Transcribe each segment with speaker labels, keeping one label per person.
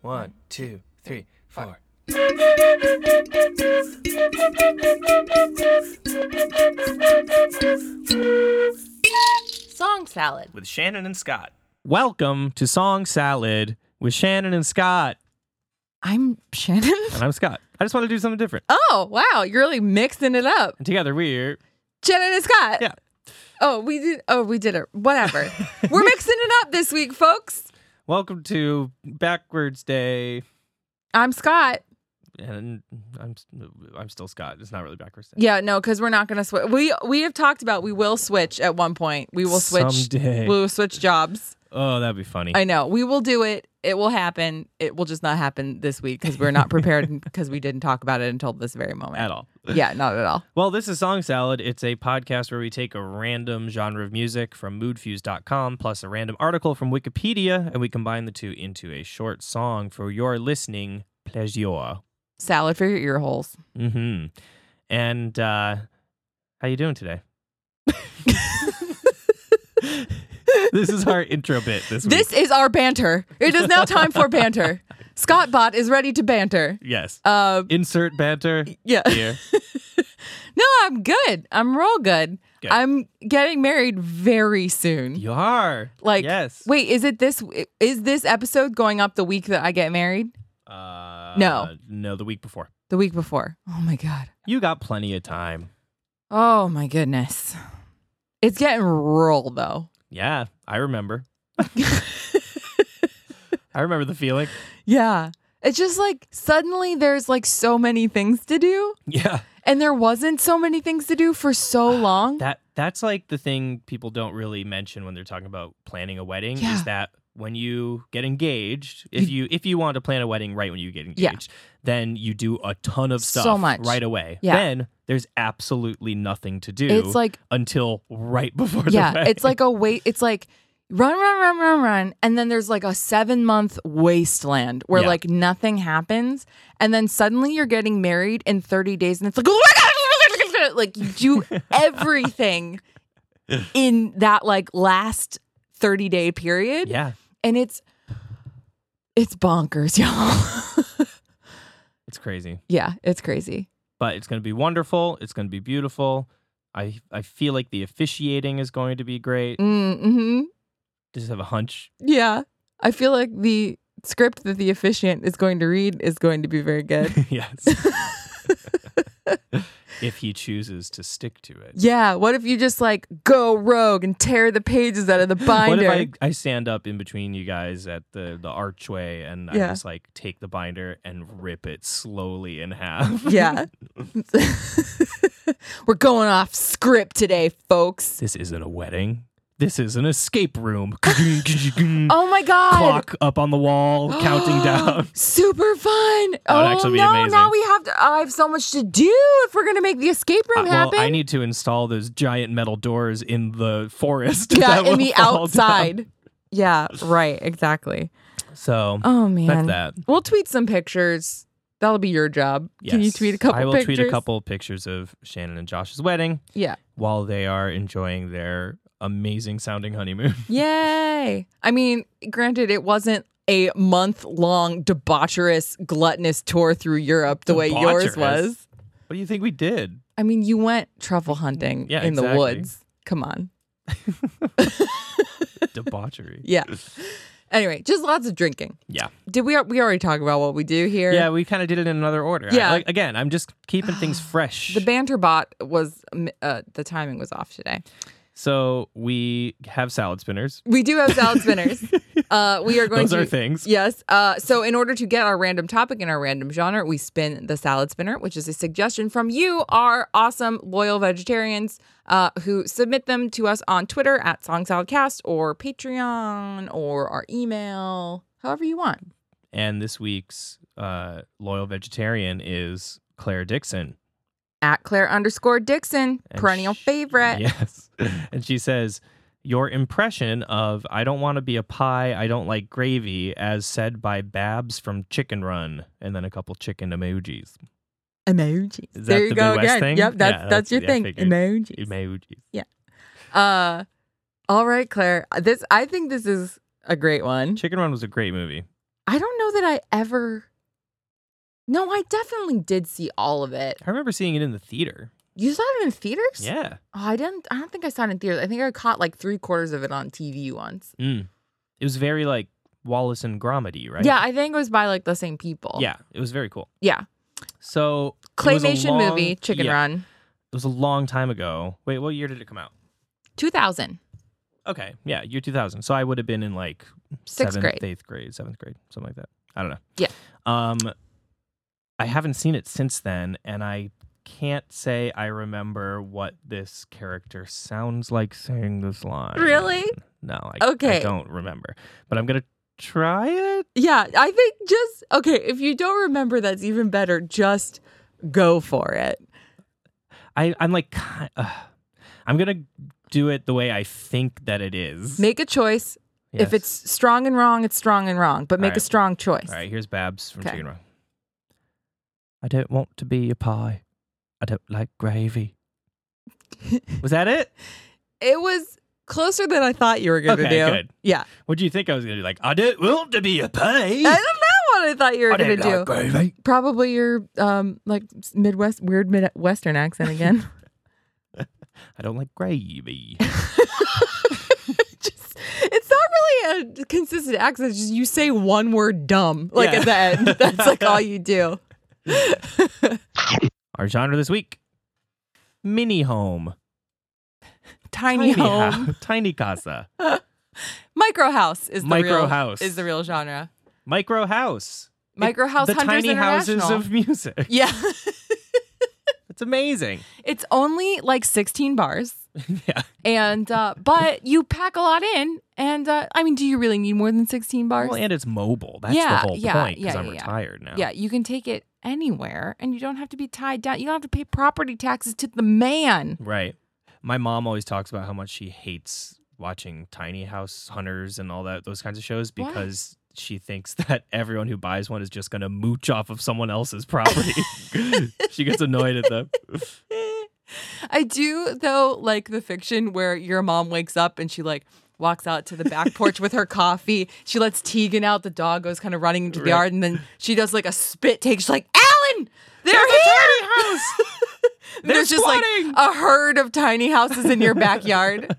Speaker 1: One, two, three, four.
Speaker 2: Song salad.
Speaker 3: with Shannon and Scott.
Speaker 4: Welcome to Song Salad with Shannon and Scott.
Speaker 2: I'm Shannon.
Speaker 4: And I'm Scott. I just want to do something different.
Speaker 2: Oh, wow. You're really mixing it up.
Speaker 4: And together we're
Speaker 2: Shannon and Scott.
Speaker 4: Yeah.
Speaker 2: Oh, we did. Oh, we did it. Whatever. We're mixing it up this week, folks.
Speaker 4: welcome to Backwards Day.
Speaker 2: I'm Scott.
Speaker 4: And I'm I'm still Scott. It's not really backwards day.
Speaker 2: Yeah, no, because we're not going to switch. We we have talked about we will switch at one point. We will switch.
Speaker 4: Someday.
Speaker 2: We will switch jobs.
Speaker 4: Oh, that'd be funny.
Speaker 2: I know. We will do it. It will happen. It will just not happen this week because we're not prepared because we didn't talk about it until this very moment.
Speaker 4: At all.
Speaker 2: Yeah, not at all.
Speaker 4: Well, this is Song Salad. It's a podcast where we take a random genre of music from moodfuse.com plus a random article from Wikipedia and we combine the two into a short song for your listening pleasure.
Speaker 2: Salad for your ear holes.
Speaker 4: Mm-hmm. And uh, how you doing today? this is our intro bit this week.
Speaker 2: This is our banter. It is now time for banter. Scott Bot is ready to banter.
Speaker 4: yes.
Speaker 2: Uh,
Speaker 4: Insert banter
Speaker 2: yeah.
Speaker 4: here.
Speaker 2: No, I'm good. I'm real good.
Speaker 4: Good.
Speaker 2: I'm getting married very soon.
Speaker 4: you are
Speaker 2: Like,
Speaker 4: yes.
Speaker 2: wait, is it this? Is this episode going up the week that I get married?
Speaker 4: Uh,
Speaker 2: No.
Speaker 4: no, the week before.
Speaker 2: The week before? Oh my god.
Speaker 4: You got plenty of time.
Speaker 2: Oh my goodness. It's getting rural though.
Speaker 4: Yeah, I remember. I remember the feeling.
Speaker 2: Yeah. It's just like suddenly there's like so many things to do,
Speaker 4: Yeah.
Speaker 2: and there wasn't so many things to do for so long.
Speaker 4: That that's like the thing people don't really mention when they're talking about planning a wedding
Speaker 2: Yeah.
Speaker 4: is that when you get engaged, if you if you want to plan a wedding right when you get engaged,
Speaker 2: Yeah.
Speaker 4: then you do a ton of
Speaker 2: So
Speaker 4: stuff
Speaker 2: much.
Speaker 4: right away.
Speaker 2: Yeah.
Speaker 4: Then there's absolutely nothing to do
Speaker 2: It's like
Speaker 4: until right before the
Speaker 2: yeah,
Speaker 4: wedding.
Speaker 2: it's like a wait. It's like run, run, run, run, run, and then there's like a seven month wasteland where
Speaker 4: Yeah.
Speaker 2: like nothing happens, and then suddenly you're getting married in thirty days, and it's like oh my god, like you do everything in that like last thirty day period,
Speaker 4: Yeah.
Speaker 2: and it's it's bonkers, y'all.
Speaker 4: It's crazy.
Speaker 2: yeah, it's crazy.
Speaker 4: But it's gonna be wonderful. It's gonna be beautiful. I I feel like the officiating is going to be great.
Speaker 2: Mm-hmm.
Speaker 4: Just have a hunch.
Speaker 2: Yeah. I feel like the script that the officiant is going to read is going to be very good.
Speaker 4: yes. if he chooses to stick to it.
Speaker 2: yeah. What if you just like go rogue and tear the pages out of the binder?
Speaker 4: What if I, I stand up in between you guys at the, the archway and I
Speaker 2: Yeah.
Speaker 4: just like take the binder and rip it slowly in half?
Speaker 2: yeah. We're going off script today, folks.
Speaker 4: this isn't a wedding. This is an escape room.
Speaker 2: Oh my God.
Speaker 4: Clock up on the wall, counting down. Uh,
Speaker 2: Super fun.
Speaker 4: That would
Speaker 2: oh
Speaker 4: actually be
Speaker 2: no,
Speaker 4: amazing.
Speaker 2: now we have to I have so much to do if we're gonna make the escape
Speaker 4: Uh,
Speaker 2: room
Speaker 4: well,
Speaker 2: happen.
Speaker 4: I need to install those giant metal doors in the forest.
Speaker 2: yeah,
Speaker 4: that will
Speaker 2: in the
Speaker 4: fall down.
Speaker 2: outside. Yeah, right, exactly.
Speaker 4: So
Speaker 2: Oh man.
Speaker 4: that's that.
Speaker 2: We'll tweet some pictures. That'll be your job. Can you
Speaker 4: Yes.
Speaker 2: tweet a couple
Speaker 4: I will
Speaker 2: pictures?
Speaker 4: tweet a couple pictures of Shannon and Josh's wedding
Speaker 2: Yeah.
Speaker 4: while they are enjoying their amazing sounding honeymoon.
Speaker 2: Yay. I mean, granted, it wasn't a month long debaucherous, gluttonous tour through Europe the way yours
Speaker 4: Debaucherous?
Speaker 2: was.
Speaker 4: What do you think we did?
Speaker 2: I mean, you went truffle hunting
Speaker 4: Yeah,
Speaker 2: in the
Speaker 4: exactly.
Speaker 2: woods. Come on.
Speaker 4: Debauchery.
Speaker 2: Yeah. Anyway, just lots of drinking.
Speaker 4: Yeah.
Speaker 2: Did we we already talk about what we do here?
Speaker 4: Yeah, we kind of did it in another order. I-
Speaker 2: Yeah.
Speaker 4: like, again, I'm just keeping things fresh.
Speaker 2: The banter bot was um, uh, the timing was off today.
Speaker 4: so we have salad spinners.
Speaker 2: We do have salad spinners. uh, we are going
Speaker 4: Those
Speaker 2: to
Speaker 4: are things.
Speaker 2: Yes. Uh, so, in order to get our random topic and our random genre, we spin the salad spinner, which is a suggestion from you, our awesome loyal vegetarians, uh, who submit them to us on Twitter at SongSaladCast or Patreon or our email, however you want.
Speaker 4: And this week's uh, loyal vegetarian is Claire Dixon.
Speaker 2: At Claire underscore Dixon,
Speaker 4: And
Speaker 2: perennial
Speaker 4: she-
Speaker 2: favorite.
Speaker 4: Yes. and she says, Your impression of I don't want to be a pie, I don't like gravy, as said by Babs from Chicken Run, and then a couple chicken emojis.
Speaker 2: Emojis.
Speaker 4: Is that
Speaker 2: there you
Speaker 4: the
Speaker 2: go
Speaker 4: Midwest
Speaker 2: again.
Speaker 4: thing?
Speaker 2: Yep,
Speaker 4: Yeah,
Speaker 2: that's
Speaker 4: that's-
Speaker 2: that's your
Speaker 4: yeah, I
Speaker 2: thing.
Speaker 4: figured.
Speaker 2: Emojis.
Speaker 4: Emojis.
Speaker 2: Uh, all right, Claire. This I think this is a great one.
Speaker 4: Chicken Run was a great movie.
Speaker 2: I don't know that I ever. No, I definitely did see all of it.
Speaker 4: I remember seeing it in the theater.
Speaker 2: You saw it in theaters?
Speaker 4: Yeah.
Speaker 2: Oh, I didn't. I don't think I saw it in theaters. I think I caught like three quarters of it on TV once.
Speaker 4: Mm. It was very like Wallace and Gromedy, right?
Speaker 2: Yeah, I think it was by like the same people.
Speaker 4: Yeah. It was very cool.
Speaker 2: Yeah.
Speaker 4: So it was a
Speaker 2: Claymation
Speaker 4: long-
Speaker 2: movie, Chicken
Speaker 4: yeah,
Speaker 2: Run,
Speaker 4: It was a long time ago. Wait, what year did it come out?
Speaker 2: 2000.
Speaker 4: Okay, yeah, year 2000. So I would have been in like
Speaker 2: Sixth
Speaker 4: seventh,
Speaker 2: grade.
Speaker 4: eighth grade, seventh grade, something like that. I don't know.
Speaker 2: Yeah.
Speaker 4: Um, I haven't seen it since then, and I can't say I remember what this character sounds like saying this line.
Speaker 2: Really?
Speaker 4: No, I,
Speaker 2: Okay.
Speaker 4: I don't remember. But I'm gonna try it.
Speaker 2: Yeah, I think just okay. If you don't remember, that's even better. Just go for it.
Speaker 4: I I'm like, ki- uh, I'm gonna do it the way I think that it is.
Speaker 2: Make a choice. If
Speaker 4: Yes.
Speaker 2: it's strong and wrong, it's strong and wrong. But make a
Speaker 4: Alright.
Speaker 2: strong choice.
Speaker 4: All right, here's Babs from
Speaker 2: Okay.
Speaker 4: Chicken Run. I don't want to be a pie. I don't like gravy. was that it?
Speaker 2: It was closer than I thought you were going to
Speaker 4: Okay,
Speaker 2: do.
Speaker 4: good.
Speaker 2: Yeah,
Speaker 4: What do you think I was gonna do? Like, I don't want to be a pie.
Speaker 2: I don't know what I thought you were
Speaker 4: I
Speaker 2: going to
Speaker 4: don't
Speaker 2: do.
Speaker 4: like gravy.
Speaker 2: Probably your um like Midwest weird Midwestern accent again.
Speaker 4: I don't like gravy.
Speaker 2: just it's not really a consistent accent. It's just you say one word dumb like
Speaker 4: Yeah.
Speaker 2: at the end. That's like all you do.
Speaker 4: Our genre this week: mini home,
Speaker 2: Tiny, home.
Speaker 4: hou- tiny casa,
Speaker 2: Micro house is the
Speaker 4: Micro
Speaker 2: real,
Speaker 4: house.
Speaker 2: is the real genre.
Speaker 4: micro house, It-
Speaker 2: Micro house
Speaker 4: the
Speaker 2: hunters
Speaker 4: tiny houses
Speaker 2: International.
Speaker 4: of music.
Speaker 2: yeah.
Speaker 4: It's amazing.
Speaker 2: it's only like 16 bars.
Speaker 4: yeah.
Speaker 2: And uh but you pack a lot in and uh I mean do you really need more than 16 bars?
Speaker 4: Well, and it's mobile. That's
Speaker 2: Yeah,
Speaker 4: the whole
Speaker 2: yeah,
Speaker 4: point.
Speaker 2: yeah,
Speaker 4: Because I'm
Speaker 2: yeah, yeah.
Speaker 4: retired now.
Speaker 2: yeah, you can take it anywhere and you don't have to be tied down. You don't have to pay property taxes to the man.
Speaker 4: Right. My mom always talks about how much she hates watching tiny house hunters and all that those kinds of shows
Speaker 2: Why?
Speaker 4: because she thinks that everyone who buys one is just going to mooch off of someone else's property. she gets annoyed at them.
Speaker 2: I do though like the fiction where your mom wakes up and she like walks out to the back porch with her coffee. She lets Tegan out. The dog goes kind of running into the
Speaker 4: Right.
Speaker 2: yard and then she does like a spit take. She's like, Alan, they're here. And
Speaker 4: They're
Speaker 2: There's just like
Speaker 4: squatting!"
Speaker 2: a herd of tiny houses in your backyard.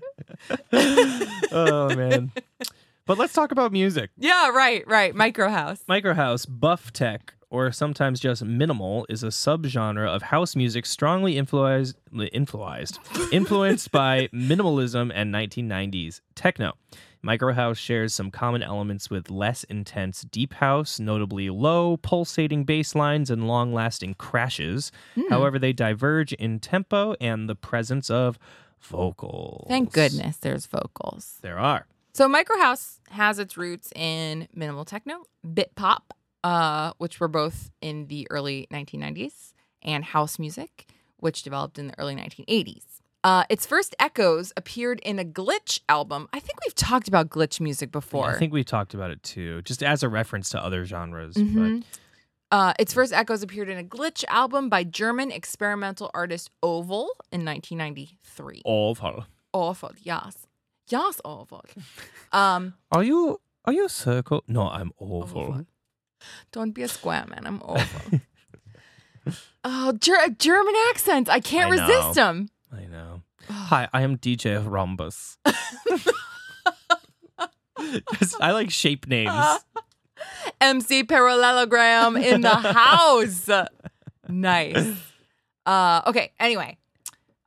Speaker 4: oh man. But let's talk about music.
Speaker 2: yeah, right, right. Micro house.
Speaker 4: Microhouse, buff tech, or sometimes just minimal, is a subgenre of house music strongly influenced influenced influenced by minimalism and 1990s techno. Microhouse shares some common elements with less intense deep house, notably low, pulsating bass lines and long-lasting crashes.
Speaker 2: Hmm.
Speaker 4: However, they diverge in tempo and the presence of vocals.
Speaker 2: Thank goodness there's vocals.
Speaker 4: There are.
Speaker 2: So micro house has its roots in minimal techno, bit pop, uh, which were both in the early 1990s, and house music, which developed in the early 1980s. Uh, its first echoes appeared in a glitch album. I think we've talked about glitch music before.
Speaker 4: I think we talked about it too, just as a reference to other genres, but
Speaker 2: Mhm. Uh, its first echoes appeared in a glitch album by German experimental artist Oval in 1993.
Speaker 4: Oh. awful.
Speaker 2: Oval, yes, yes, Oval. Um,
Speaker 4: Are you are you a circle? No, I'm oval.
Speaker 2: Oval. Don't be a square, man. I'm awful. oh, ger- German accents. I can't
Speaker 4: I know.
Speaker 2: resist them.
Speaker 4: I know. Hi, I am DJ Rhombus. Just- I like shape names.
Speaker 2: MC Parallelogram in the house. Nice. Uh, okay. Anyway,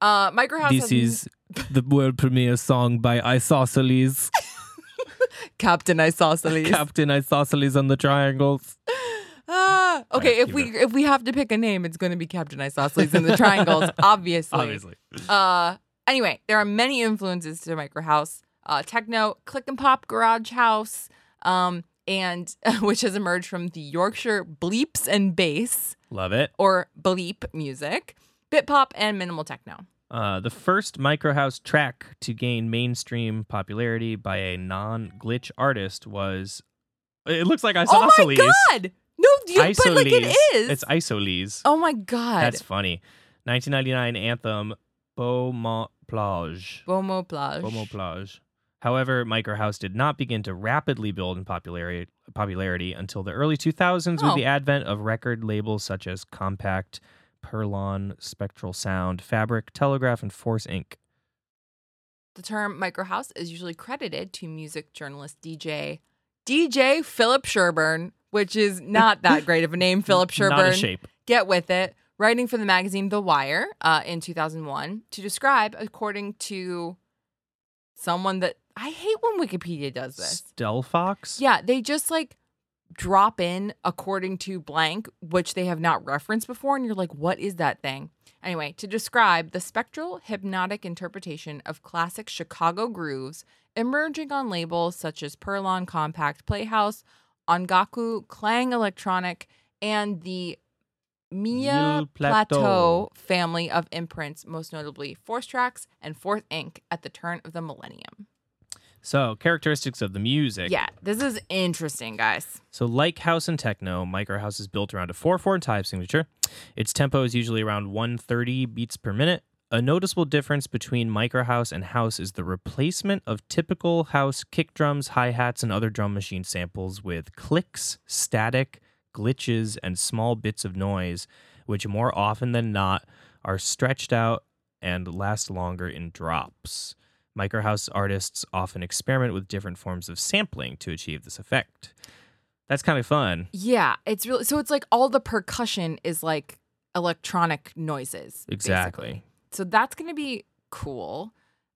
Speaker 2: uh, Microhouse
Speaker 4: This
Speaker 2: has
Speaker 4: is the world premiere song by Isosceles,
Speaker 2: Captain Isosceles.
Speaker 4: Captain Isosceles and the Triangles.
Speaker 2: Ah, okay.
Speaker 4: Right,
Speaker 2: if
Speaker 4: keep
Speaker 2: we if we have to pick a name, it's going to be Captain Isosceles and the Triangles, obviously.
Speaker 4: Obviously.
Speaker 2: Uh, anyway, there are many influences to micro house, uh, techno, click and pop, garage house, um, and which has emerged from the Yorkshire bleeps and bass
Speaker 4: Love it.
Speaker 2: or bleep music, bit pop, and minimal techno.
Speaker 4: Uh, the first microhouse track to gain mainstream popularity by a non-glitch artist was. It looks like
Speaker 2: Oh my
Speaker 4: Isosceles.
Speaker 2: god! No, you, but like it is.
Speaker 4: It's Isosceles.
Speaker 2: oh my god!
Speaker 4: That's funny. 1999 anthem Beaumont Plage.
Speaker 2: Beaumont Plage.
Speaker 4: Beaumont Plage. However, Micro House did not begin to rapidly build in popularity, popularity until the early 2000s
Speaker 2: Oh.
Speaker 4: with the advent of record labels such as Compact, Perlon, Spectral Sound, Fabric, Telegraph, and Force Inc.
Speaker 2: The term microhouse is usually credited to music journalist DJ DJ Philip Sherburne, which is not that great of a name, Philip Sherburne.
Speaker 4: Not a shape.
Speaker 2: Get with it. Writing for the magazine The Wire uh, in 2001 to describe, according to someone that I hate when Wikipedia does this.
Speaker 4: Stelfox?
Speaker 2: Yeah, they just like drop in according to blank, which they have not referenced before. And you're like, what is that thing? Anyway, to describe the spectral hypnotic interpretation of classic Chicago grooves emerging on labels such as Perlon Compact Playhouse, Ongaku, Clang Electronic, and the Mia
Speaker 4: Mille Plateau.
Speaker 2: Plateau family of imprints, most notably Force Tracks and Fourth Inc. at the turn of the millennium.
Speaker 4: So, characteristics of the music.
Speaker 2: Yeah, this is interesting, guys.
Speaker 4: So, like house and techno, micro house is built around a 4 4 time signature. Its tempo is usually around 130 beats per minute. A noticeable difference between micro house and house is the replacement of typical house kick drums, hi hats, and other drum machine samples with clicks, static, glitches, and small bits of noise, which more often than not are stretched out and last longer in drops. Micro house artists often experiment with different forms of sampling to achieve this effect. That's kind of fun.
Speaker 2: Yeah, it's really so it's like all the percussion is like electronic noises.
Speaker 4: Exactly.
Speaker 2: basically. So that's going to be cool.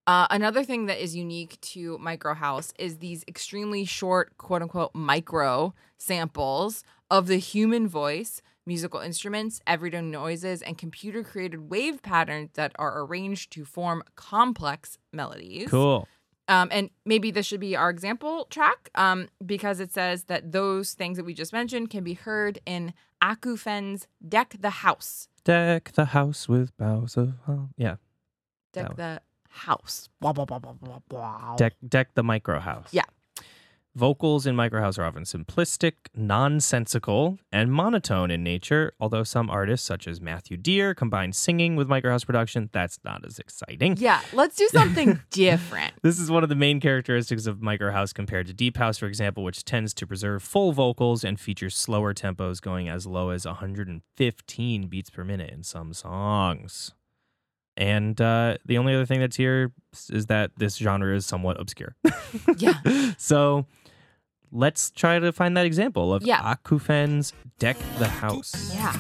Speaker 2: Uh, another thing that is unique to Micro House is these extremely short, quote unquote, micro samples of the human voice, musical instruments, everyday noises, and computer created wave patterns that are arranged to form complex melodies.
Speaker 4: Cool.
Speaker 2: Um, and maybe this should be our example track um, because it says that those things that we just mentioned can be heard in Akufen's Deck the House.
Speaker 4: Deck the house with boughs of hol- yeah.
Speaker 2: Deck
Speaker 4: That
Speaker 2: the House. Blah, blah, blah, blah, blah, blah.
Speaker 4: Deck deck the micro house.
Speaker 2: Yeah.
Speaker 4: Vocals in micro house are often simplistic, nonsensical, and monotone in nature. Although some artists, such as Matthew Deer, combine singing with micro house production. That's not as exciting.
Speaker 2: Yeah, let's do something different.
Speaker 4: This is one of the main characteristics of micro house compared to deep house, for example, which tends to preserve full vocals and features slower tempos going as low as 115 beats per minute in some songs. And uh, the only other thing that's here is that this genre is somewhat obscure.
Speaker 2: Yeah.
Speaker 4: so let's try to find that example of
Speaker 2: Yeah.
Speaker 4: Akufen's Deck the House.
Speaker 2: Yeah.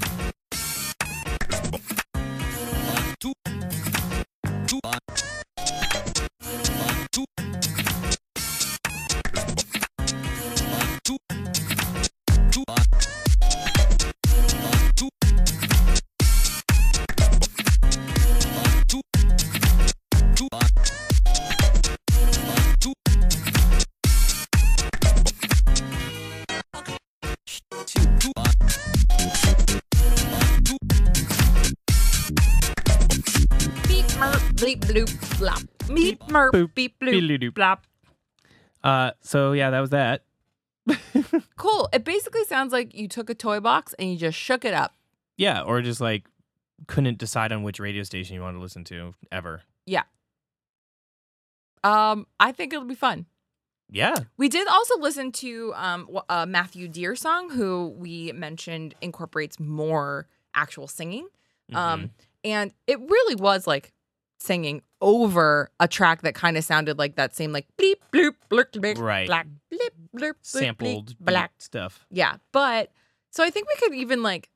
Speaker 2: Beep, merp, bleep, bloop, flop. Beep, merp,
Speaker 4: Boop,
Speaker 2: beep, bloop,
Speaker 4: biddy-doop.
Speaker 2: flop.
Speaker 4: Uh, so yeah, that was that.
Speaker 2: Cool. It basically sounds like you took a toy box and you just shook it up.
Speaker 4: Yeah, or just like couldn't decide on which radio station you wanted to listen to ever.
Speaker 2: Um, I think it'll be fun.
Speaker 4: Yeah.
Speaker 2: We did also listen to um, w- uh, Matthew Deer song, who we mentioned incorporates more actual singing.
Speaker 4: Mhm.
Speaker 2: Um, and it really was like singing over a track that kind of sounded like that same like bleep bloop blurk blurk
Speaker 4: Right.
Speaker 2: black bleep blurp bloop, bleep,
Speaker 4: sampled
Speaker 2: black
Speaker 4: black stuff.
Speaker 2: yeah but so I think we could even like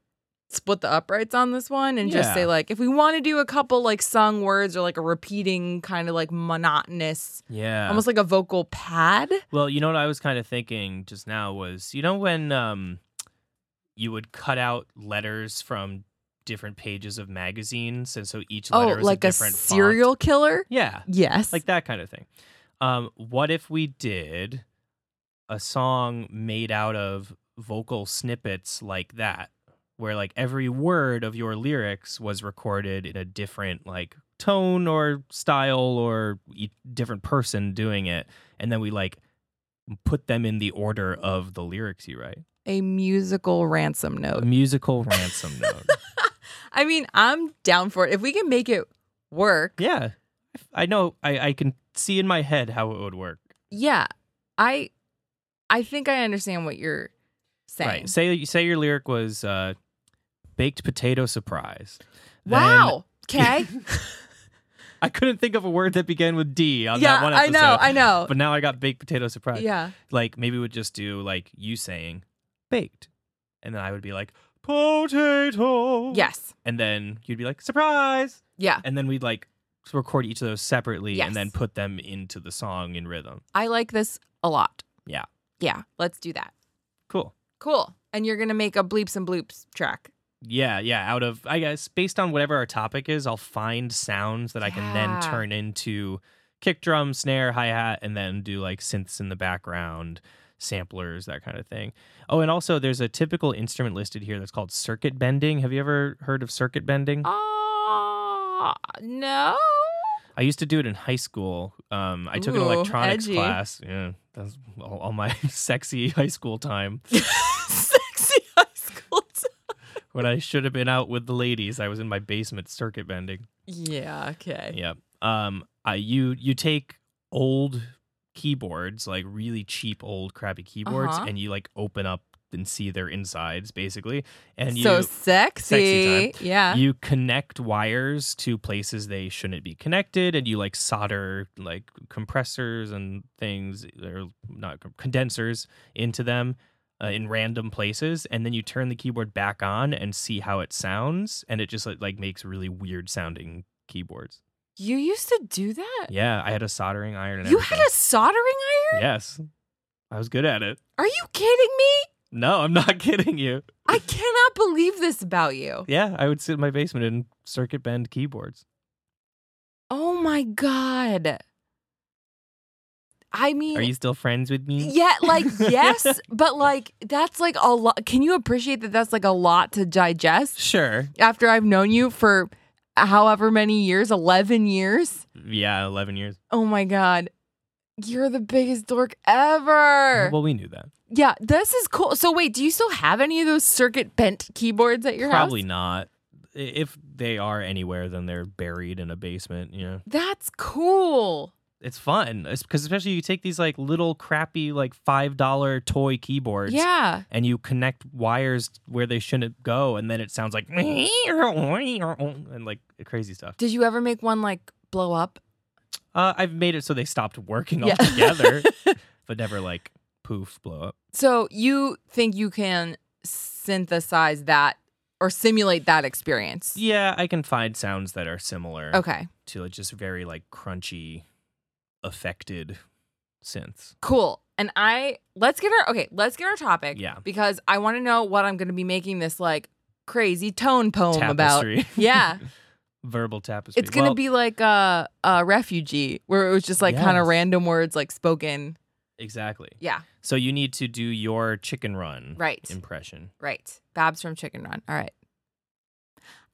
Speaker 2: split the uprights on this one and just
Speaker 4: Yeah.
Speaker 2: say like if we want to do a couple like sung words or like a repeating kind of like monotonous
Speaker 4: Yeah.
Speaker 2: almost like a vocal pad
Speaker 4: well, you know what I was kind of thinking just now was, you know when um you would cut out letters from different pages of magazines and so each
Speaker 2: oh
Speaker 4: letter is
Speaker 2: like
Speaker 4: a
Speaker 2: a,
Speaker 4: different font?
Speaker 2: serial killer
Speaker 4: Yeah.
Speaker 2: yes
Speaker 4: Like that kind of thing. Um what if we did a song made out of vocal snippets like that where like every word of your lyrics was recorded in a different like tone or style or e- different person doing it and then we like put them in the order of the lyrics you write
Speaker 2: a musical ransom
Speaker 4: a
Speaker 2: note
Speaker 4: musical ransom note
Speaker 2: I mean I'm down for it if we can make it work
Speaker 4: yeah I know I, I can see in my head how it would work.
Speaker 2: Yeah. I I think I understand what you're saying.
Speaker 4: Right. Say say your lyric was uh, baked potato surprise. Then
Speaker 2: Wow. Okay.
Speaker 4: I couldn't think of a word that began with D on
Speaker 2: yeah,
Speaker 4: that one
Speaker 2: I
Speaker 4: episode.
Speaker 2: know, I know.
Speaker 4: But now I got baked potato surprise.
Speaker 2: yeah.
Speaker 4: Like maybe we'd just do like you saying baked. And then I would be like, potato.
Speaker 2: Yes.
Speaker 4: And then you'd be like, surprise.
Speaker 2: Yeah.
Speaker 4: And then we'd like record each of those separately
Speaker 2: Yes.
Speaker 4: and then put them into the song in rhythm.
Speaker 2: I like this a lot.
Speaker 4: Yeah.
Speaker 2: Yeah. Let's do that.
Speaker 4: Cool.
Speaker 2: Cool. And you're gonna make a bleeps and bloops track.
Speaker 4: Yeah, yeah. Out of I guess based on whatever our topic is, I'll find sounds that I can then
Speaker 2: Yeah.
Speaker 4: turn into kick drum, snare, hi hat, and then do like synths in the background, samplers, that kind of thing. Oh, and also there's a typical instrument listed here that's called circuit bending. Have you ever heard of circuit
Speaker 2: Uh,
Speaker 4: bending?
Speaker 2: Oh no.
Speaker 4: I used to do it in high school. Um, I took an
Speaker 2: Ooh,
Speaker 4: electronics
Speaker 2: edgy.
Speaker 4: class. Yeah, that's all, all my sexy high school time
Speaker 2: Sexy high school. t-
Speaker 4: when I should have been out with the ladies. I was in my basement circuit bending.
Speaker 2: yeah, okay.
Speaker 4: Yeah. Um. I you you take old keyboards, like really cheap old crappy keyboards,
Speaker 2: Uh-huh.
Speaker 4: and you like open up and see their insides basically, and you
Speaker 2: so uh sexy.
Speaker 4: sexy
Speaker 2: Yeah.
Speaker 4: you connect wires to places they shouldn't be connected, and you like solder like compressors and things or not com- condensers into them. Uh, in random places, and then you turn the keyboard back on and see how it sounds, and it just like, like makes really weird sounding keyboards.
Speaker 2: you used to do that?
Speaker 4: Yeah, I had a soldering iron. And
Speaker 2: You
Speaker 4: everything.
Speaker 2: had a soldering iron?
Speaker 4: yes, I was good at it.
Speaker 2: Are you kidding me?
Speaker 4: No, I'm not kidding you.
Speaker 2: I cannot believe this about you.
Speaker 4: Yeah, I would sit in my basement and circuit bend keyboards.
Speaker 2: Oh my god. I mean,
Speaker 4: Are you still friends with me?
Speaker 2: yeah, like yes, but like that's like a lot. Can you appreciate that? That's like a lot to digest
Speaker 4: Sure.
Speaker 2: after I've known you for however many years, eleven years.
Speaker 4: Yeah, eleven years.
Speaker 2: Oh my god, you're the biggest dork ever.
Speaker 4: Well, we knew that.
Speaker 2: yeah, this is cool. So wait, do you still have any of those circuit bent keyboards at your
Speaker 4: Probably
Speaker 2: house?
Speaker 4: not. I- If they are anywhere, then they're buried in a basement. You know,
Speaker 2: That's cool.
Speaker 4: it's fun because especially you take these like little crappy like five dollar toy keyboards.
Speaker 2: Yeah.
Speaker 4: And you connect wires where they shouldn't go, and then it sounds like and like crazy stuff.
Speaker 2: Did you ever make one like blow up?
Speaker 4: Uh, I've made it so they stopped working
Speaker 2: Yeah.
Speaker 4: altogether, but never like poof blow up.
Speaker 2: So you think you can synthesize that or simulate that experience?
Speaker 4: Yeah, I can find sounds that are similar
Speaker 2: Okay.
Speaker 4: to like, just very like crunchy, affected synths.
Speaker 2: Cool. And I let's get our okay, let's get our topic.
Speaker 4: Yeah.
Speaker 2: Because I want to know what I'm gonna be making this like crazy tone poem about.
Speaker 4: Tapestry,
Speaker 2: Yeah.
Speaker 4: verbal tapestry.
Speaker 2: It's gonna
Speaker 4: Well,
Speaker 2: be like a, a refugee where it was just like kind of
Speaker 4: Yes.
Speaker 2: random words like spoken.
Speaker 4: exactly.
Speaker 2: Yeah.
Speaker 4: So you need to do your chicken run
Speaker 2: Right.
Speaker 4: impression.
Speaker 2: Right. Babs from Chicken Run. All right.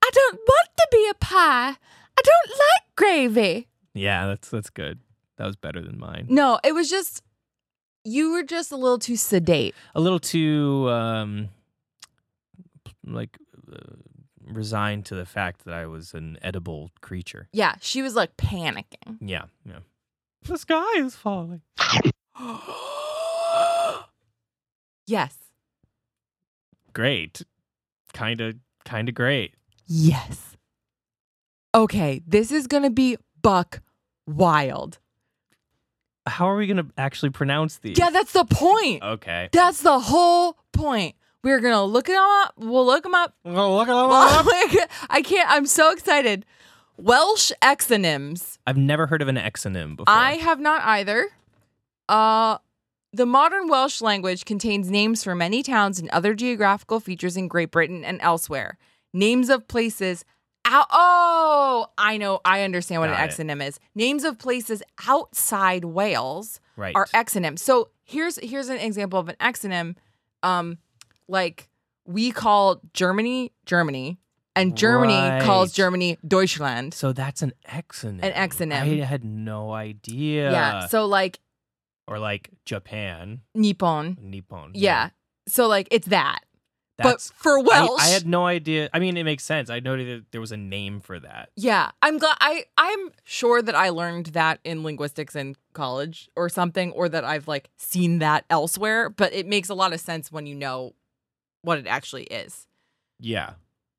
Speaker 2: I don't want to be a pie. I don't like gravy.
Speaker 4: Yeah, that's that's good. That was better than mine.
Speaker 2: No, it was just you were just a little too sedate.
Speaker 4: A little too um, like uh, resigned to the fact that I was an edible creature.
Speaker 2: Yeah, she was like panicking.
Speaker 4: Yeah, yeah. The sky is falling.
Speaker 2: yes.
Speaker 4: Great. Kind of kind of great.
Speaker 2: Yes. Okay, this is going to be buck wild.
Speaker 4: How are we going to actually pronounce these?
Speaker 2: Yeah, that's the point.
Speaker 4: Okay.
Speaker 2: That's the whole point. We're going to look it up. We'll look them up. I can't. I'm so excited. Welsh exonyms.
Speaker 4: I've never heard of an exonym before.
Speaker 2: I have not either. Uh, the modern Welsh language contains names for many towns and other geographical features in Great Britain and elsewhere. Names of places out. Oh, I know. I understand what an
Speaker 4: Got it.
Speaker 2: exonym is. Names of places outside Wales
Speaker 4: right.
Speaker 2: are exonyms. So here's here's an example of an exonym. Um, like we call Germany Germany, and Germany calls
Speaker 4: Right.
Speaker 2: Germany Deutschland.
Speaker 4: so that's an exonym.
Speaker 2: An exonym.
Speaker 4: I had no idea.
Speaker 2: yeah. So like
Speaker 4: or like Japan,
Speaker 2: Nippon.
Speaker 4: Nippon.
Speaker 2: Yeah. So like it's that. but
Speaker 4: That's
Speaker 2: for
Speaker 4: I-
Speaker 2: Welsh.
Speaker 4: I, had no idea. I mean, it makes sense. I noted that there was a name for that.
Speaker 2: Yeah, I'm glad. I I'm sure that I learned that in linguistics in college or something, or that I've like seen that elsewhere. But it makes a lot of sense when you know what it actually is.
Speaker 4: Yeah.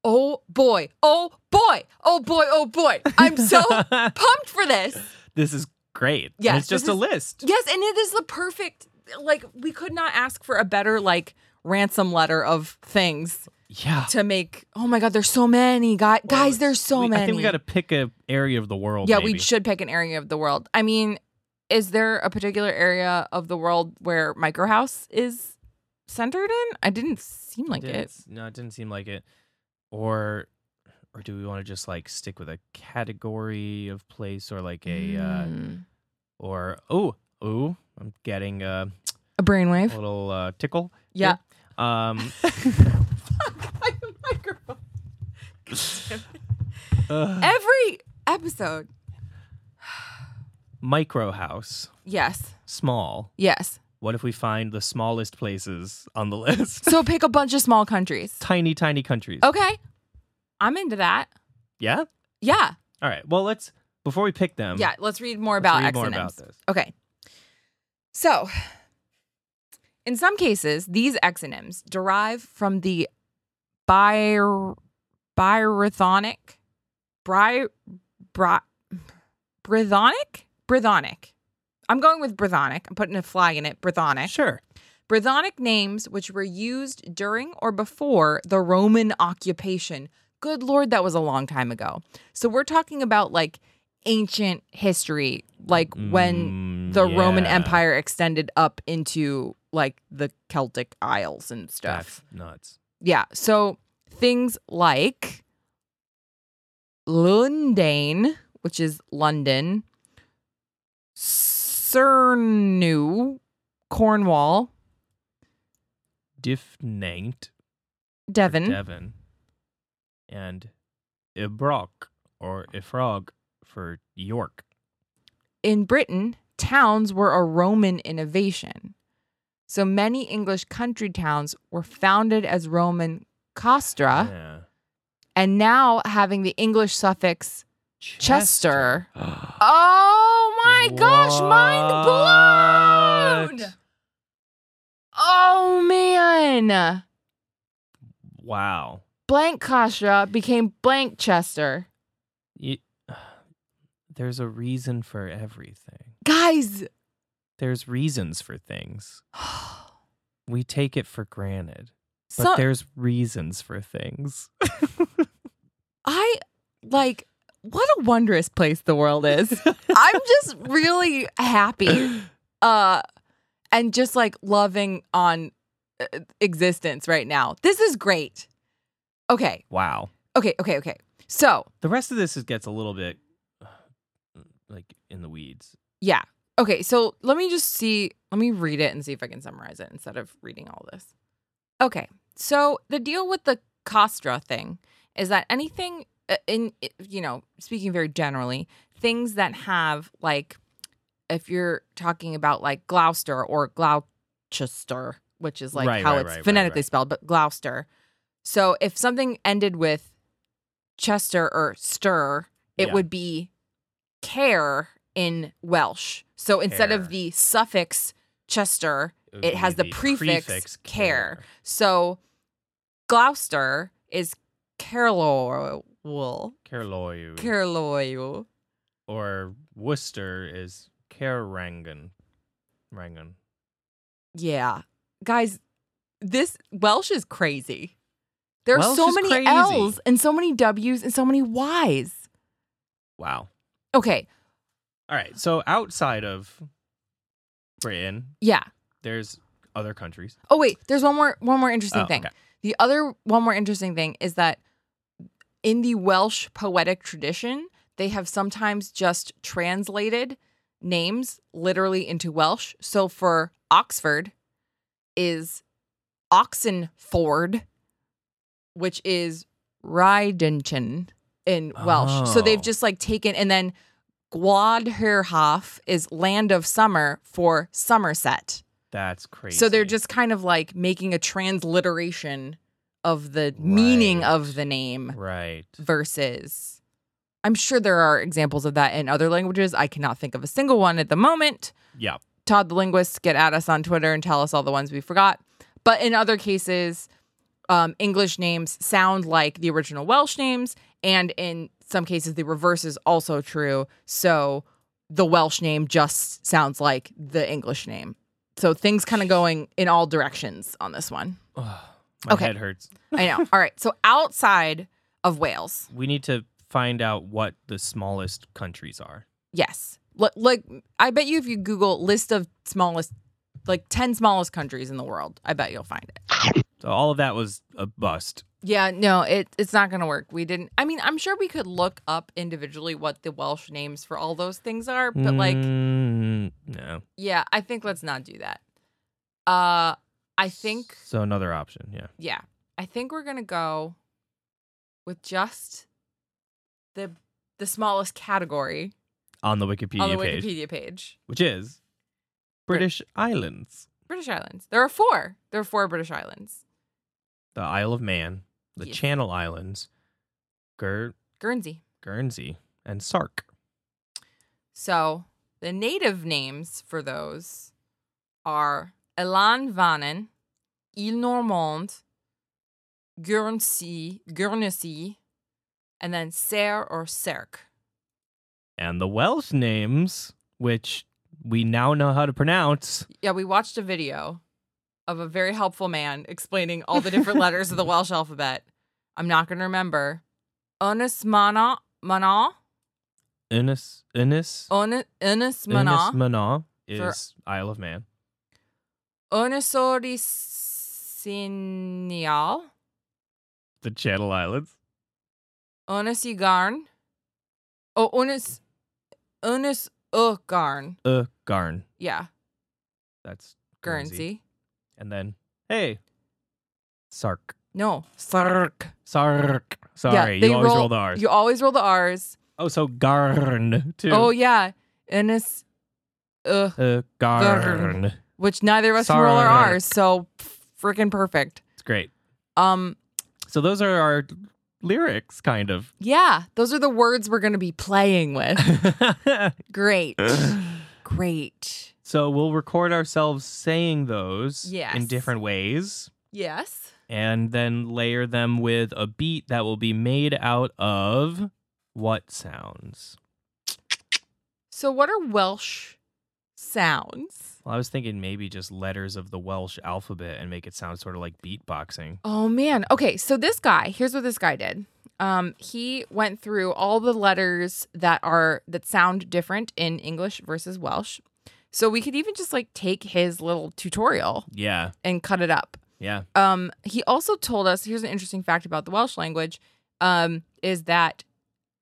Speaker 2: Oh boy! Oh boy! Oh boy! Oh boy! I'm so pumped for this.
Speaker 4: this is great.
Speaker 2: Yes,
Speaker 4: And it's just
Speaker 2: this
Speaker 4: a
Speaker 2: is-
Speaker 4: list.
Speaker 2: Yes, and it is the perfect. Like we could not ask for a better like ransom letter of things
Speaker 4: Yeah.
Speaker 2: to make. Oh my God! There's so many guys. guys, there's so
Speaker 4: We-
Speaker 2: many.
Speaker 4: I think we got to pick a area of the world.
Speaker 2: Yeah, we
Speaker 4: maybe.
Speaker 2: should pick an area of the world. I mean, is there a particular area of the world where Microhouse is centered in? I didn't seem like
Speaker 4: Didn't
Speaker 2: it.
Speaker 4: s- No, it didn't seem like it. Or, or do we want to just like stick with a category of place or like a uh,
Speaker 2: Mm.
Speaker 4: or oh oh I'm getting uh,
Speaker 2: a
Speaker 4: a
Speaker 2: brainwave.
Speaker 4: little uh, tickle.
Speaker 2: yeah.
Speaker 4: here. Um.
Speaker 2: My microphone.
Speaker 4: uh,
Speaker 2: Every episode.
Speaker 4: micro house,
Speaker 2: Yes.
Speaker 4: small.
Speaker 2: Yes.
Speaker 4: What if we find the smallest places on the list?
Speaker 2: So Oh. pick a bunch of small countries.
Speaker 4: tiny, tiny countries.
Speaker 2: Okay. I'm into that.
Speaker 4: Yeah.
Speaker 2: Yeah.
Speaker 4: All right. Well, let's before we pick them.
Speaker 2: Yeah. Let's read more
Speaker 4: Um, let's
Speaker 2: about
Speaker 4: read
Speaker 2: X
Speaker 4: more
Speaker 2: and
Speaker 4: about
Speaker 2: M's.
Speaker 4: this.
Speaker 2: Okay. So, in some cases, these exonyms derive from the bir- birithonic, bri- bri- brithonic, brithonic. I'm going with brithonic. I'm putting a flag in it. Brithonic.
Speaker 4: Sure.
Speaker 2: Brythonic names which were used during or before the Roman occupation. Good lord, that was a long time ago. So we're talking about like ancient history, like when
Speaker 4: Mm,
Speaker 2: the Roman
Speaker 4: yeah.
Speaker 2: Empire extended up into like the Celtic Isles and stuff.
Speaker 4: That's nuts.
Speaker 2: Yeah. So things like Lundane, which is London, Cernu, Cornwall,
Speaker 4: Diffnangt,
Speaker 2: Devon,
Speaker 4: Devon, and Ibrock or Ifrog for York.
Speaker 2: in Britain, towns were a Roman innovation. So many English country towns were founded as Roman castra,
Speaker 4: Yeah.
Speaker 2: and now having the English suffix Chester.
Speaker 4: oh
Speaker 2: Oh my gosh, mind blown! Oh man.
Speaker 4: Wow.
Speaker 2: Blank Kasha became blank Chester.
Speaker 4: You, there's a reason for everything.
Speaker 2: Guys.
Speaker 4: There's reasons for things. We take it for granted, but
Speaker 2: So
Speaker 4: there's reasons for things.
Speaker 2: I like what a wondrous place the world is. I'm just really happy uh and just like loving on uh, existence right now. This is great. Okay.
Speaker 4: wow.
Speaker 2: Okay, okay, okay. So,
Speaker 4: The rest of this is, gets a little bit uh, like in the weeds.
Speaker 2: yeah. Okay, so let me just see, let me read it and see if I can summarize it instead of reading all this. Okay. So, the deal with the Castra thing is that anything uh, in i- you know, speaking very generally, things that have like if you're talking about like Gloucester or Gloucester, which is like
Speaker 4: Right,
Speaker 2: how
Speaker 4: right,
Speaker 2: it's
Speaker 4: right, right,
Speaker 2: phonetically
Speaker 4: right.
Speaker 2: spelled, but Gloucester. So, if something ended with Chester or stir, it
Speaker 4: Yeah.
Speaker 2: would be care in Welsh. So instead
Speaker 4: Care.
Speaker 2: of the suffix Chester,
Speaker 4: would
Speaker 2: It
Speaker 4: be
Speaker 2: has the prefix care. so Gloucester is Carloil.
Speaker 4: care. Kerloyu.
Speaker 2: Carloil.
Speaker 4: or Worcester is Kerangan. Rangan.
Speaker 2: Yeah. Guys, this Welsh is crazy. There are
Speaker 4: Welsh
Speaker 2: so
Speaker 4: is
Speaker 2: many
Speaker 4: crazy.
Speaker 2: L's and so many W's and so many Y's.
Speaker 4: Wow.
Speaker 2: Okay.
Speaker 4: All right. So outside of Britain,
Speaker 2: Yeah.
Speaker 4: there's other countries.
Speaker 2: Oh wait, there's one more one more interesting
Speaker 4: Oh,
Speaker 2: thing.
Speaker 4: okay.
Speaker 2: The other one more interesting thing is that in the Welsh poetic tradition, they have sometimes just translated names literally into Welsh. So for Oxford is Oxenford, which is Rydenchen in Welsh. So they've
Speaker 4: Oh.
Speaker 2: just like taken and then Gwadherhof is land of summer for Somerset.
Speaker 4: That's crazy.
Speaker 2: So they're just kind of like making a transliteration of the meaning
Speaker 4: Right.
Speaker 2: of the name
Speaker 4: Right.
Speaker 2: versus I'm sure there are examples of that in other languages. I cannot think of a single one at the moment.
Speaker 4: Yeah.
Speaker 2: Todd the linguist, get at us on Twitter and tell us all the ones we forgot. But in other cases, um, English names sound like the original Welsh names, and in some cases, the reverse is also true. So the Welsh name just sounds like the English name. So things kind of going in all directions on this one.
Speaker 4: Ugh, my
Speaker 2: Okay.
Speaker 4: head hurts.
Speaker 2: I know. all right. So outside of Wales,
Speaker 4: We need to find out what the smallest countries are.
Speaker 2: Yes. L- like I bet you if you Google list of smallest like 10 smallest countries in the world, I bet you'll find it.
Speaker 4: So all of that was a bust.
Speaker 2: Yeah, no, it it's not going to work. We didn't I mean, I'm sure we could look up individually what the Welsh names for all those things are, but like
Speaker 4: Mm, no.
Speaker 2: yeah, I think let's not do that. Uh I think
Speaker 4: So another option. Yeah.
Speaker 2: yeah. I think we're going to go with just the the smallest category
Speaker 4: On the Wikipedia
Speaker 2: on the
Speaker 4: page,
Speaker 2: Wikipedia page.
Speaker 4: which is British Islands,
Speaker 2: British Islands. There are four. There are four British Islands.
Speaker 4: the Isle of Man, the
Speaker 2: Yes.
Speaker 4: Channel Islands, Guer-
Speaker 2: Guernsey.
Speaker 4: Guernsey, and Sark.
Speaker 2: So the native names for those are Elan Vanen, Ile Normande, Guernsey, Guernsey, and then Serre or Serc.
Speaker 4: And the Welsh names, which we now know how to pronounce.
Speaker 2: Yeah, we watched a video of a very helpful man explaining all the different letters of the Welsh alphabet. I'm not going to remember. Onis Mana, Mana,
Speaker 4: Ynys, Ynys,
Speaker 2: Onis, Onis
Speaker 4: Ynys
Speaker 2: Mana,
Speaker 4: Mana
Speaker 2: For-
Speaker 4: is Isle of Man.
Speaker 2: Onisodisinial,
Speaker 4: The Channel Islands.
Speaker 2: Unis Garn. Oh, Unis. Unis Garn.
Speaker 4: Uh, Garn.
Speaker 2: Yeah,
Speaker 4: That's
Speaker 2: Guernsey.
Speaker 4: And then, hey, Sark.
Speaker 2: No, Sark.
Speaker 4: Sark. Sorry, you always roll, the R's.
Speaker 2: You always roll the R's.
Speaker 4: oh, so Garn, too.
Speaker 2: Oh, yeah. Unis Ugh,
Speaker 4: Uh, garn.
Speaker 2: Garn. which neither of us can roll our
Speaker 4: Sark.
Speaker 2: R's, so freaking perfect.
Speaker 4: It's great.
Speaker 2: Um,
Speaker 4: So those are our lyrics, kind of.
Speaker 2: yeah, those are the words we're going to be playing with. Great. Great.
Speaker 4: so we'll record ourselves saying those in
Speaker 2: Yes.
Speaker 4: different ways
Speaker 2: Yes.
Speaker 4: and then layer them with a beat that will be made out of what sounds?
Speaker 2: So, what are Welsh sounds?
Speaker 4: Well, I was thinking maybe just letters of the Welsh alphabet and make it sound sort of like beatboxing.
Speaker 2: Oh man. Okay, so this guy, here's what this guy did. Um, he went through all the letters that are that sound different in English versus Welsh. So we could even just like take his little tutorial
Speaker 4: Yeah,
Speaker 2: and cut it up.
Speaker 4: yeah.
Speaker 2: Um, he also told us here's an interesting fact about the Welsh language um, is that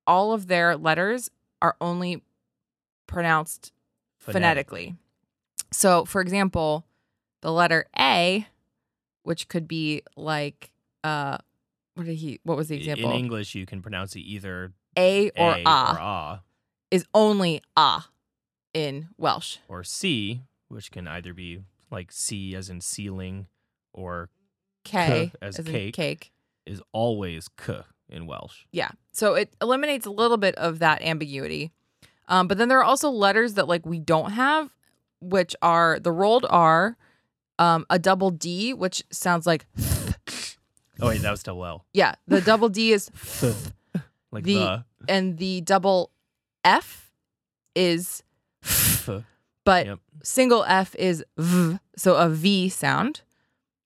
Speaker 2: all of their letters are only pronounced
Speaker 4: Phonetic.
Speaker 2: phonetically. So, for example, the letter A, which could be like, uh, what did he? What was the example?
Speaker 4: In English, you can pronounce it either
Speaker 2: a or
Speaker 4: a
Speaker 2: ah
Speaker 4: or ah
Speaker 2: is only ah in Welsh.
Speaker 4: or c, which can either be like c as in ceiling or
Speaker 2: K
Speaker 4: as
Speaker 2: in
Speaker 4: cake.
Speaker 2: cake.
Speaker 4: is always k in Welsh.
Speaker 2: Yeah. So it eliminates a little bit of that ambiguity. Um, but then there are also letters that like we don't have, which are the rolled R, um, a double D, which sounds like
Speaker 4: Oh wait, that was double L.
Speaker 2: yeah, the double D is
Speaker 4: Like the,
Speaker 2: The- and the double F is
Speaker 4: f.
Speaker 2: but
Speaker 4: Yep.
Speaker 2: single F is V, so a V sound.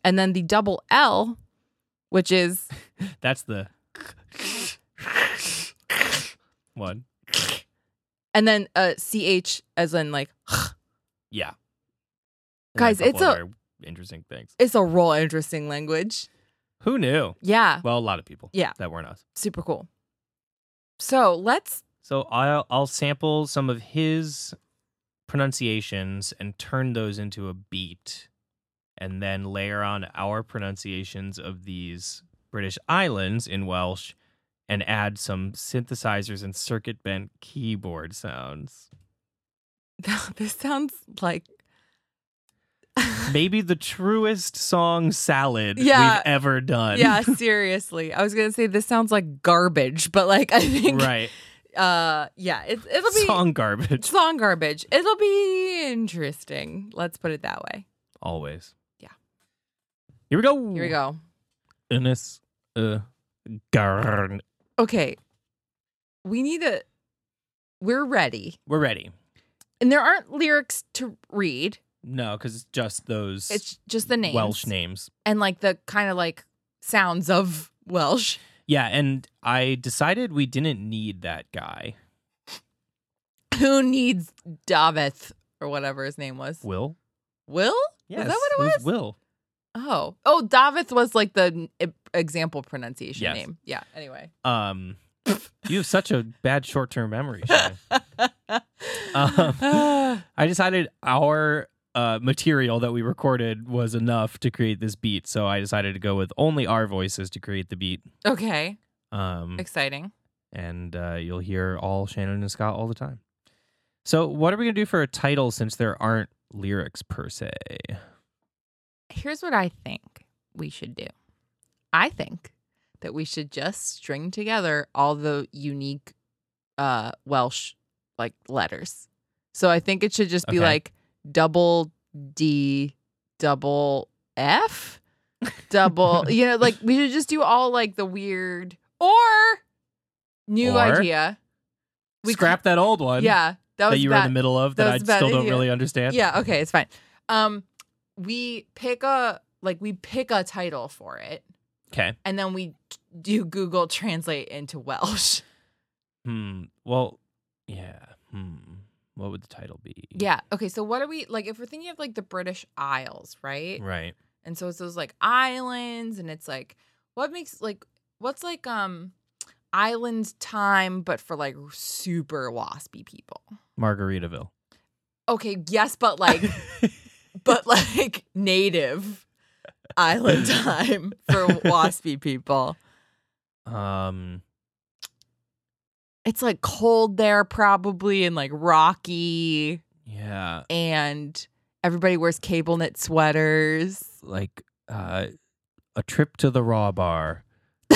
Speaker 2: And then the double L, which is
Speaker 4: That's the one.
Speaker 2: and then a CH as in like
Speaker 4: Yeah. And
Speaker 2: Guys,
Speaker 4: couple
Speaker 2: it's a-
Speaker 4: other interesting things.
Speaker 2: it's a real interesting language.
Speaker 4: Who knew?
Speaker 2: Yeah,
Speaker 4: Well, a lot of people.
Speaker 2: Yeah.
Speaker 4: That weren't us.
Speaker 2: super cool. So let's
Speaker 4: So I'll I'll sample some of his pronunciations and turn those into a beat and then layer on our pronunciations of these British islands in Welsh and add some synthesizers and circuit bent keyboard sounds.
Speaker 2: this sounds like
Speaker 4: maybe the truest song salad
Speaker 2: Yeah.
Speaker 4: we've ever done.
Speaker 2: yeah, seriously. I was gonna say this sounds like garbage, but like I think,
Speaker 4: right.
Speaker 2: uh, yeah, it, it'll be
Speaker 4: Song garbage.
Speaker 2: song garbage. It'll be interesting. Let's put it that way.
Speaker 4: Always.
Speaker 2: Yeah.
Speaker 4: Here we go.
Speaker 2: Here we go.
Speaker 4: Ernest uh, Garn.
Speaker 2: Okay, we need a. We're ready,
Speaker 4: We're ready.
Speaker 2: and there aren't lyrics to read.
Speaker 4: No, because it's just those
Speaker 2: It's just the names,
Speaker 4: Welsh names.
Speaker 2: and like the kind of like sounds of Welsh.
Speaker 4: Yeah, and I decided we didn't need that guy.
Speaker 2: Who needs Davith or whatever his name was?
Speaker 4: Will?
Speaker 2: Will?
Speaker 4: Yes.
Speaker 2: that what it was?
Speaker 4: Will.
Speaker 2: Oh, oh, Davith was like the n- e- example pronunciation
Speaker 4: Yes.
Speaker 2: name. Yeah. Anyway,
Speaker 4: Um, you have such a bad short term memory. Shannon. Um, I decided our uh, material that we recorded was enough to create this beat, so I decided to go with only our voices to create the beat.
Speaker 2: okay,
Speaker 4: Um,
Speaker 2: exciting.
Speaker 4: and uh, you'll hear all Shannon and Scott all the time. So, what are we gonna do for a title since there aren't lyrics per se?
Speaker 2: Here's what I think we should do. I think that we should just string together all the unique uh Welsh like letters. So I think it should just be
Speaker 4: Okay.
Speaker 2: like double D, double F, double. you know, like we should just do all like the weird or new
Speaker 4: Or
Speaker 2: idea.
Speaker 4: We
Speaker 2: We
Speaker 4: Scrap that old one.
Speaker 2: Yeah, that
Speaker 4: That,
Speaker 2: was
Speaker 4: you were in
Speaker 2: bad.
Speaker 4: the middle of
Speaker 2: that
Speaker 4: that, I
Speaker 2: was
Speaker 4: still
Speaker 2: bad
Speaker 4: don't
Speaker 2: idea.
Speaker 4: really understand.
Speaker 2: Yeah, okay, it's fine. Um we pick a like we pick a title for it
Speaker 4: Okay.
Speaker 2: and then we t- do Google translate into Welsh.
Speaker 4: Hmm. Well. Yeah. Hmm. What would the title be?
Speaker 2: Yeah. Okay, so what are we like if we're thinking of like the British Isles, right?
Speaker 4: Right.
Speaker 2: And so it's those like islands and it's like what makes like what's like um island time but for like super waspy people.
Speaker 4: Margaritaville.
Speaker 2: Okay, yes, but like but like native island time for waspy people.
Speaker 4: um.
Speaker 2: It's like cold there probably and like rocky
Speaker 4: Yeah.
Speaker 2: and everybody wears cable knit sweaters.
Speaker 4: Like uh, a trip to the raw bar.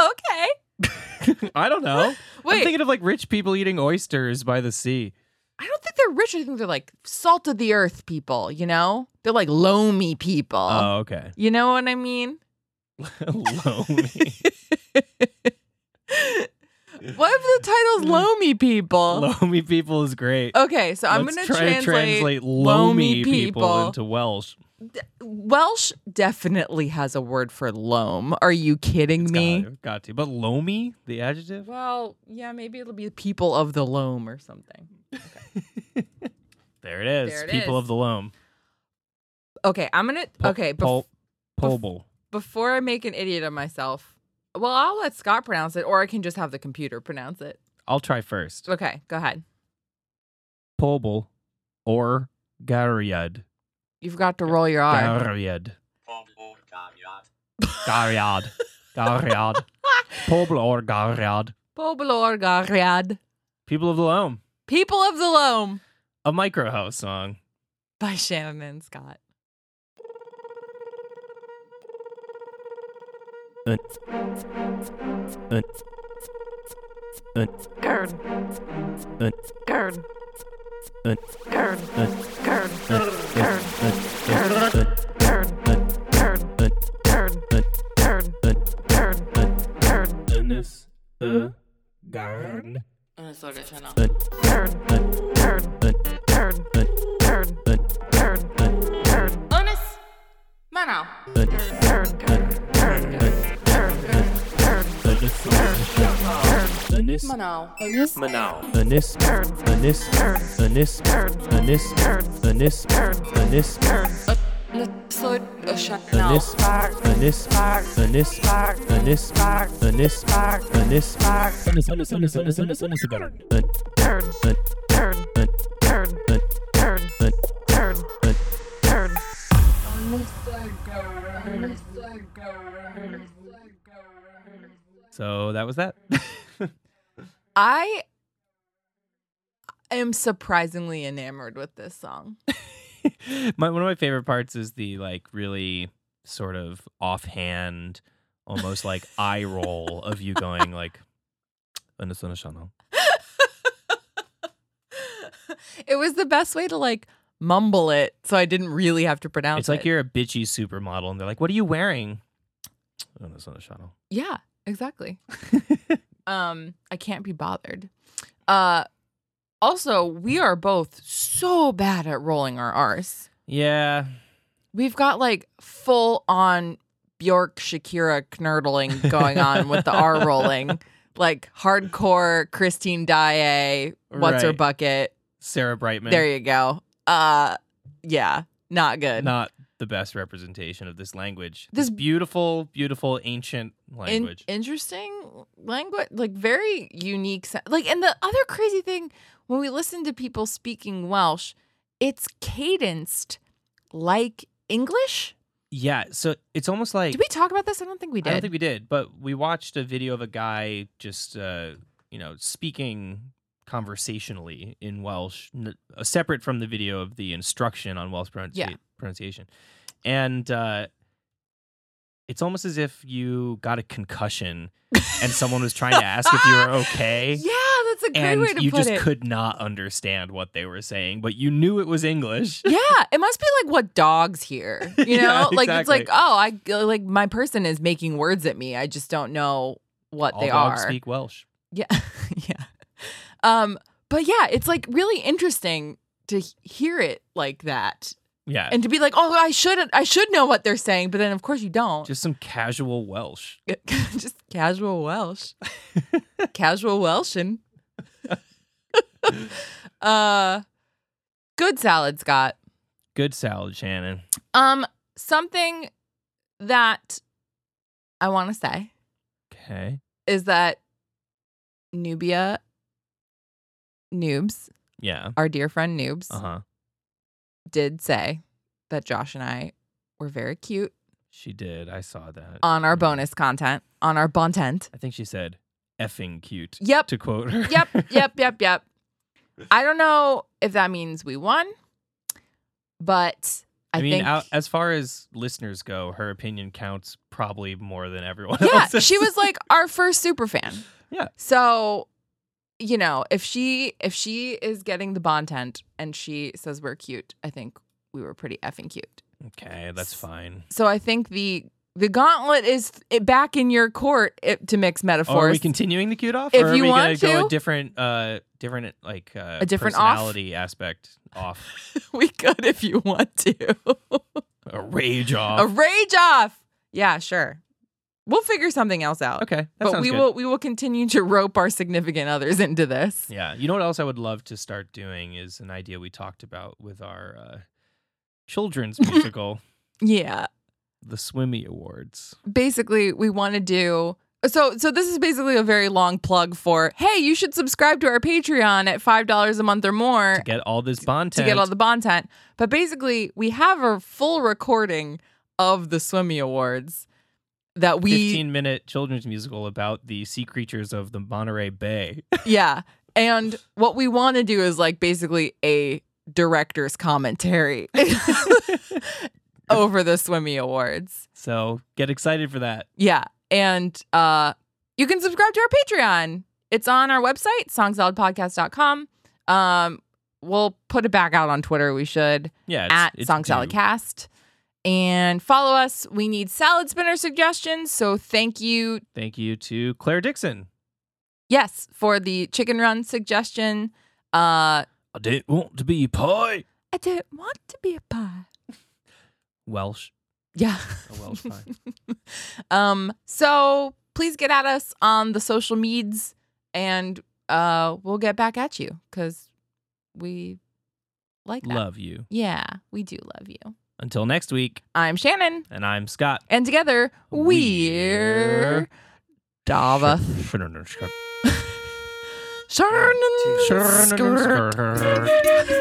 Speaker 2: okay.
Speaker 4: I don't know. I'm
Speaker 2: Wait.
Speaker 4: thinking of like rich people eating oysters by the sea.
Speaker 2: I don't think they're rich. I think they're like salt of the earth people, you know? They're like loamy people.
Speaker 4: Oh, okay.
Speaker 2: you know what I mean?
Speaker 4: Lonely.
Speaker 2: What if the title's loamy people?
Speaker 4: Loamy people is great.
Speaker 2: okay, so I'm
Speaker 4: Let's
Speaker 2: going to
Speaker 4: try
Speaker 2: translate,
Speaker 4: to translate loamy
Speaker 2: loamy
Speaker 4: people,
Speaker 2: people.
Speaker 4: into Welsh.
Speaker 2: Welsh definitely has a word for loam. Are you kidding me?
Speaker 4: Got, got to. But loamy, the adjective?
Speaker 2: Well, yeah, maybe it'll be people of the loam or something.
Speaker 4: There it is.
Speaker 2: There it
Speaker 4: people
Speaker 2: is.
Speaker 4: of the loam.
Speaker 2: Okay, I'm going to
Speaker 4: Po-
Speaker 2: Okay, bef-
Speaker 4: Pol- Polbel.
Speaker 2: before I make an idiot of myself. Well, I'll let Scott pronounce it or I can just have the computer pronounce it.
Speaker 4: I'll try first.
Speaker 2: Okay, go ahead.
Speaker 4: Polbel or Gariad.
Speaker 2: You've got to roll your R.
Speaker 4: Gariad. Gariad. Gariad. Pobl or Gariad.
Speaker 2: Poblor Gariad.
Speaker 4: People of the Loam.
Speaker 2: People of the Loam
Speaker 4: A microhouse song.
Speaker 2: by Shannon and Scott.
Speaker 3: Gurn. Gurn. Gurn. Gurn. Gurn. Gurn. Gurn. Gurn. Gurn. Gurn. Gurn. Gurn.
Speaker 4: Garn.
Speaker 5: Una sola escena.
Speaker 3: Gurn. Gurn. Gurn. Gurn. Gurn. Gurn.
Speaker 5: Honest. Mano. Mano. Una sola escena.
Speaker 4: So that was that.
Speaker 2: I am surprisingly enamored with this song.
Speaker 4: my one of my favorite parts is the like really sort of offhand, almost like eye roll of you going like, "Ano sana siya, no?"
Speaker 2: it was the best way to like mumble it so I didn't really have to pronounce
Speaker 4: It's like
Speaker 2: it.
Speaker 4: you're a bitchy supermodel, and they're like, "What are you wearing?" Oh, "Ano sana siya, no?"
Speaker 2: Yeah, exactly. um, I can't be bothered. Uh also, we are both so bad at rolling our R's.
Speaker 4: Yeah,
Speaker 2: We've got like full on Bjork Shakira knurdling going on with the R rolling. Like hardcore Christine Daae, what's her
Speaker 4: Right.
Speaker 2: bucket?
Speaker 4: Sarah Brightman.
Speaker 2: There you go. Uh yeah, not good.
Speaker 4: not the best representation of this language.
Speaker 2: This-
Speaker 4: This, beautiful, beautiful ancient
Speaker 2: in-
Speaker 4: language.
Speaker 2: interesting language, like very unique. sou- Like, and the other crazy thing when we listen to people speaking Welsh, it's cadenced like English.
Speaker 4: yeah, so it's almost like
Speaker 2: Did we talk about this? I don't think we
Speaker 4: I don't
Speaker 2: did.
Speaker 4: think we did, but we watched a video of a guy just uh, you know speaking conversationally in Welsh, n- uh, separate from the video of the instruction on Welsh pronunci-
Speaker 2: Yeah.
Speaker 4: pronunciation, and uh, it's almost as if you got a concussion and someone was trying to ask if you were okay.
Speaker 2: yeah, that's a great
Speaker 4: and
Speaker 2: way to
Speaker 4: you
Speaker 2: put
Speaker 4: just
Speaker 2: it.
Speaker 4: could not understand what they were saying, but you knew it was English.
Speaker 2: yeah, it must be like what dogs hear, you know?
Speaker 4: Yeah,
Speaker 2: Like it's
Speaker 4: exactly.
Speaker 2: like, oh, I like my person is making words at me. I just don't know what
Speaker 4: All
Speaker 2: they
Speaker 4: dogs
Speaker 2: are.
Speaker 4: speak Welsh.
Speaker 2: Yeah. yeah. Um, but yeah, it's like really interesting to h- hear it like that
Speaker 4: Yeah,
Speaker 2: and to be like, "Oh, I should I should know what they're saying," but then of course you don't. Just,
Speaker 4: just some casual Welsh.
Speaker 2: casual Welsh. casual Welshin. uh good salad, Scott.
Speaker 4: Good salad, Shannon.
Speaker 2: Um something that I want to say
Speaker 4: Okay.
Speaker 2: is that Nubia noobs,
Speaker 4: Yeah.
Speaker 2: our dear friend noobs,
Speaker 4: Uh huh.
Speaker 2: did say that Josh and I were very cute
Speaker 4: She did. I saw that.
Speaker 2: on our
Speaker 4: Mhm.
Speaker 2: bonus content, on our content.
Speaker 4: I think she said effing cute.
Speaker 2: Yep.
Speaker 4: To quote her.
Speaker 2: Yep, yep, yep, yep. I don't know if that means we won, but I,
Speaker 4: I, mean,
Speaker 2: think
Speaker 4: out, as far as listeners go, her opinion counts probably more than everyone
Speaker 2: yeah,
Speaker 4: else's.
Speaker 2: she was like our first super fan.
Speaker 4: Yeah.
Speaker 2: So, you know, if she if she is getting the content and she says we're cute, I think we were pretty effing cute.
Speaker 4: okay, that's fine.
Speaker 2: So I think the the gauntlet is back in your court it, to mix
Speaker 4: Oh, are
Speaker 2: metaphors.
Speaker 4: we continuing the cute off?
Speaker 2: If
Speaker 4: or are
Speaker 2: you
Speaker 4: we
Speaker 2: want
Speaker 4: gonna go
Speaker 2: to.
Speaker 4: a different, uh, different like uh,
Speaker 2: A different off?
Speaker 4: personality aspect off,
Speaker 2: we could if you want to.
Speaker 4: a rage
Speaker 2: A
Speaker 4: off?
Speaker 2: rage off. Yeah, sure. We'll figure something else out.
Speaker 4: okay, that
Speaker 2: but
Speaker 4: sounds
Speaker 2: we
Speaker 4: good.
Speaker 2: will we will continue to rope our significant others into this.
Speaker 4: Yeah. You know what else I would love to start doing is an idea we talked about with our uh, children's musical,
Speaker 2: Yeah.
Speaker 4: the Swimmy Awards.
Speaker 2: Basically, we want to do so so this is basically a very long plug for hey, you should subscribe to our Patreon at $5 a month or more
Speaker 4: to get all this content.
Speaker 2: to get all the content. But basically, we have a full recording of the Swimmy Awards that we
Speaker 4: 15 minute children's musical about the sea creatures of the Monterey Bay.
Speaker 2: Yeah. And what we want to do is like basically a director's commentary over the Swimmy Awards.
Speaker 4: so get excited for that.
Speaker 2: Yeah. And uh you can subscribe to our Patreon. It's on our website, songsaladpodcast.com. Um we'll put it back out on Twitter, we should,
Speaker 4: Yeah. It's,
Speaker 2: at
Speaker 4: it's
Speaker 2: Song
Speaker 4: due.
Speaker 2: Salad Cast. And follow us. We need salad spinner suggestions. So thank you
Speaker 4: Thank you to Claire Dixon.
Speaker 2: yes for the chicken run suggestion. Uh
Speaker 4: I didn't want to be pie.
Speaker 2: I don't want to be a pie.
Speaker 4: Welsh.
Speaker 2: Yeah.
Speaker 4: A Welsh pie.
Speaker 2: um, so please get at us on the social meds and uh we'll get back at you because we like that.
Speaker 4: Love you.
Speaker 2: Yeah, we do love you.
Speaker 4: Until next week.
Speaker 2: I'm Shannon,
Speaker 4: And I'm Scott.
Speaker 2: and together we're,
Speaker 4: We're-
Speaker 2: Dava Shannon. Skrrt.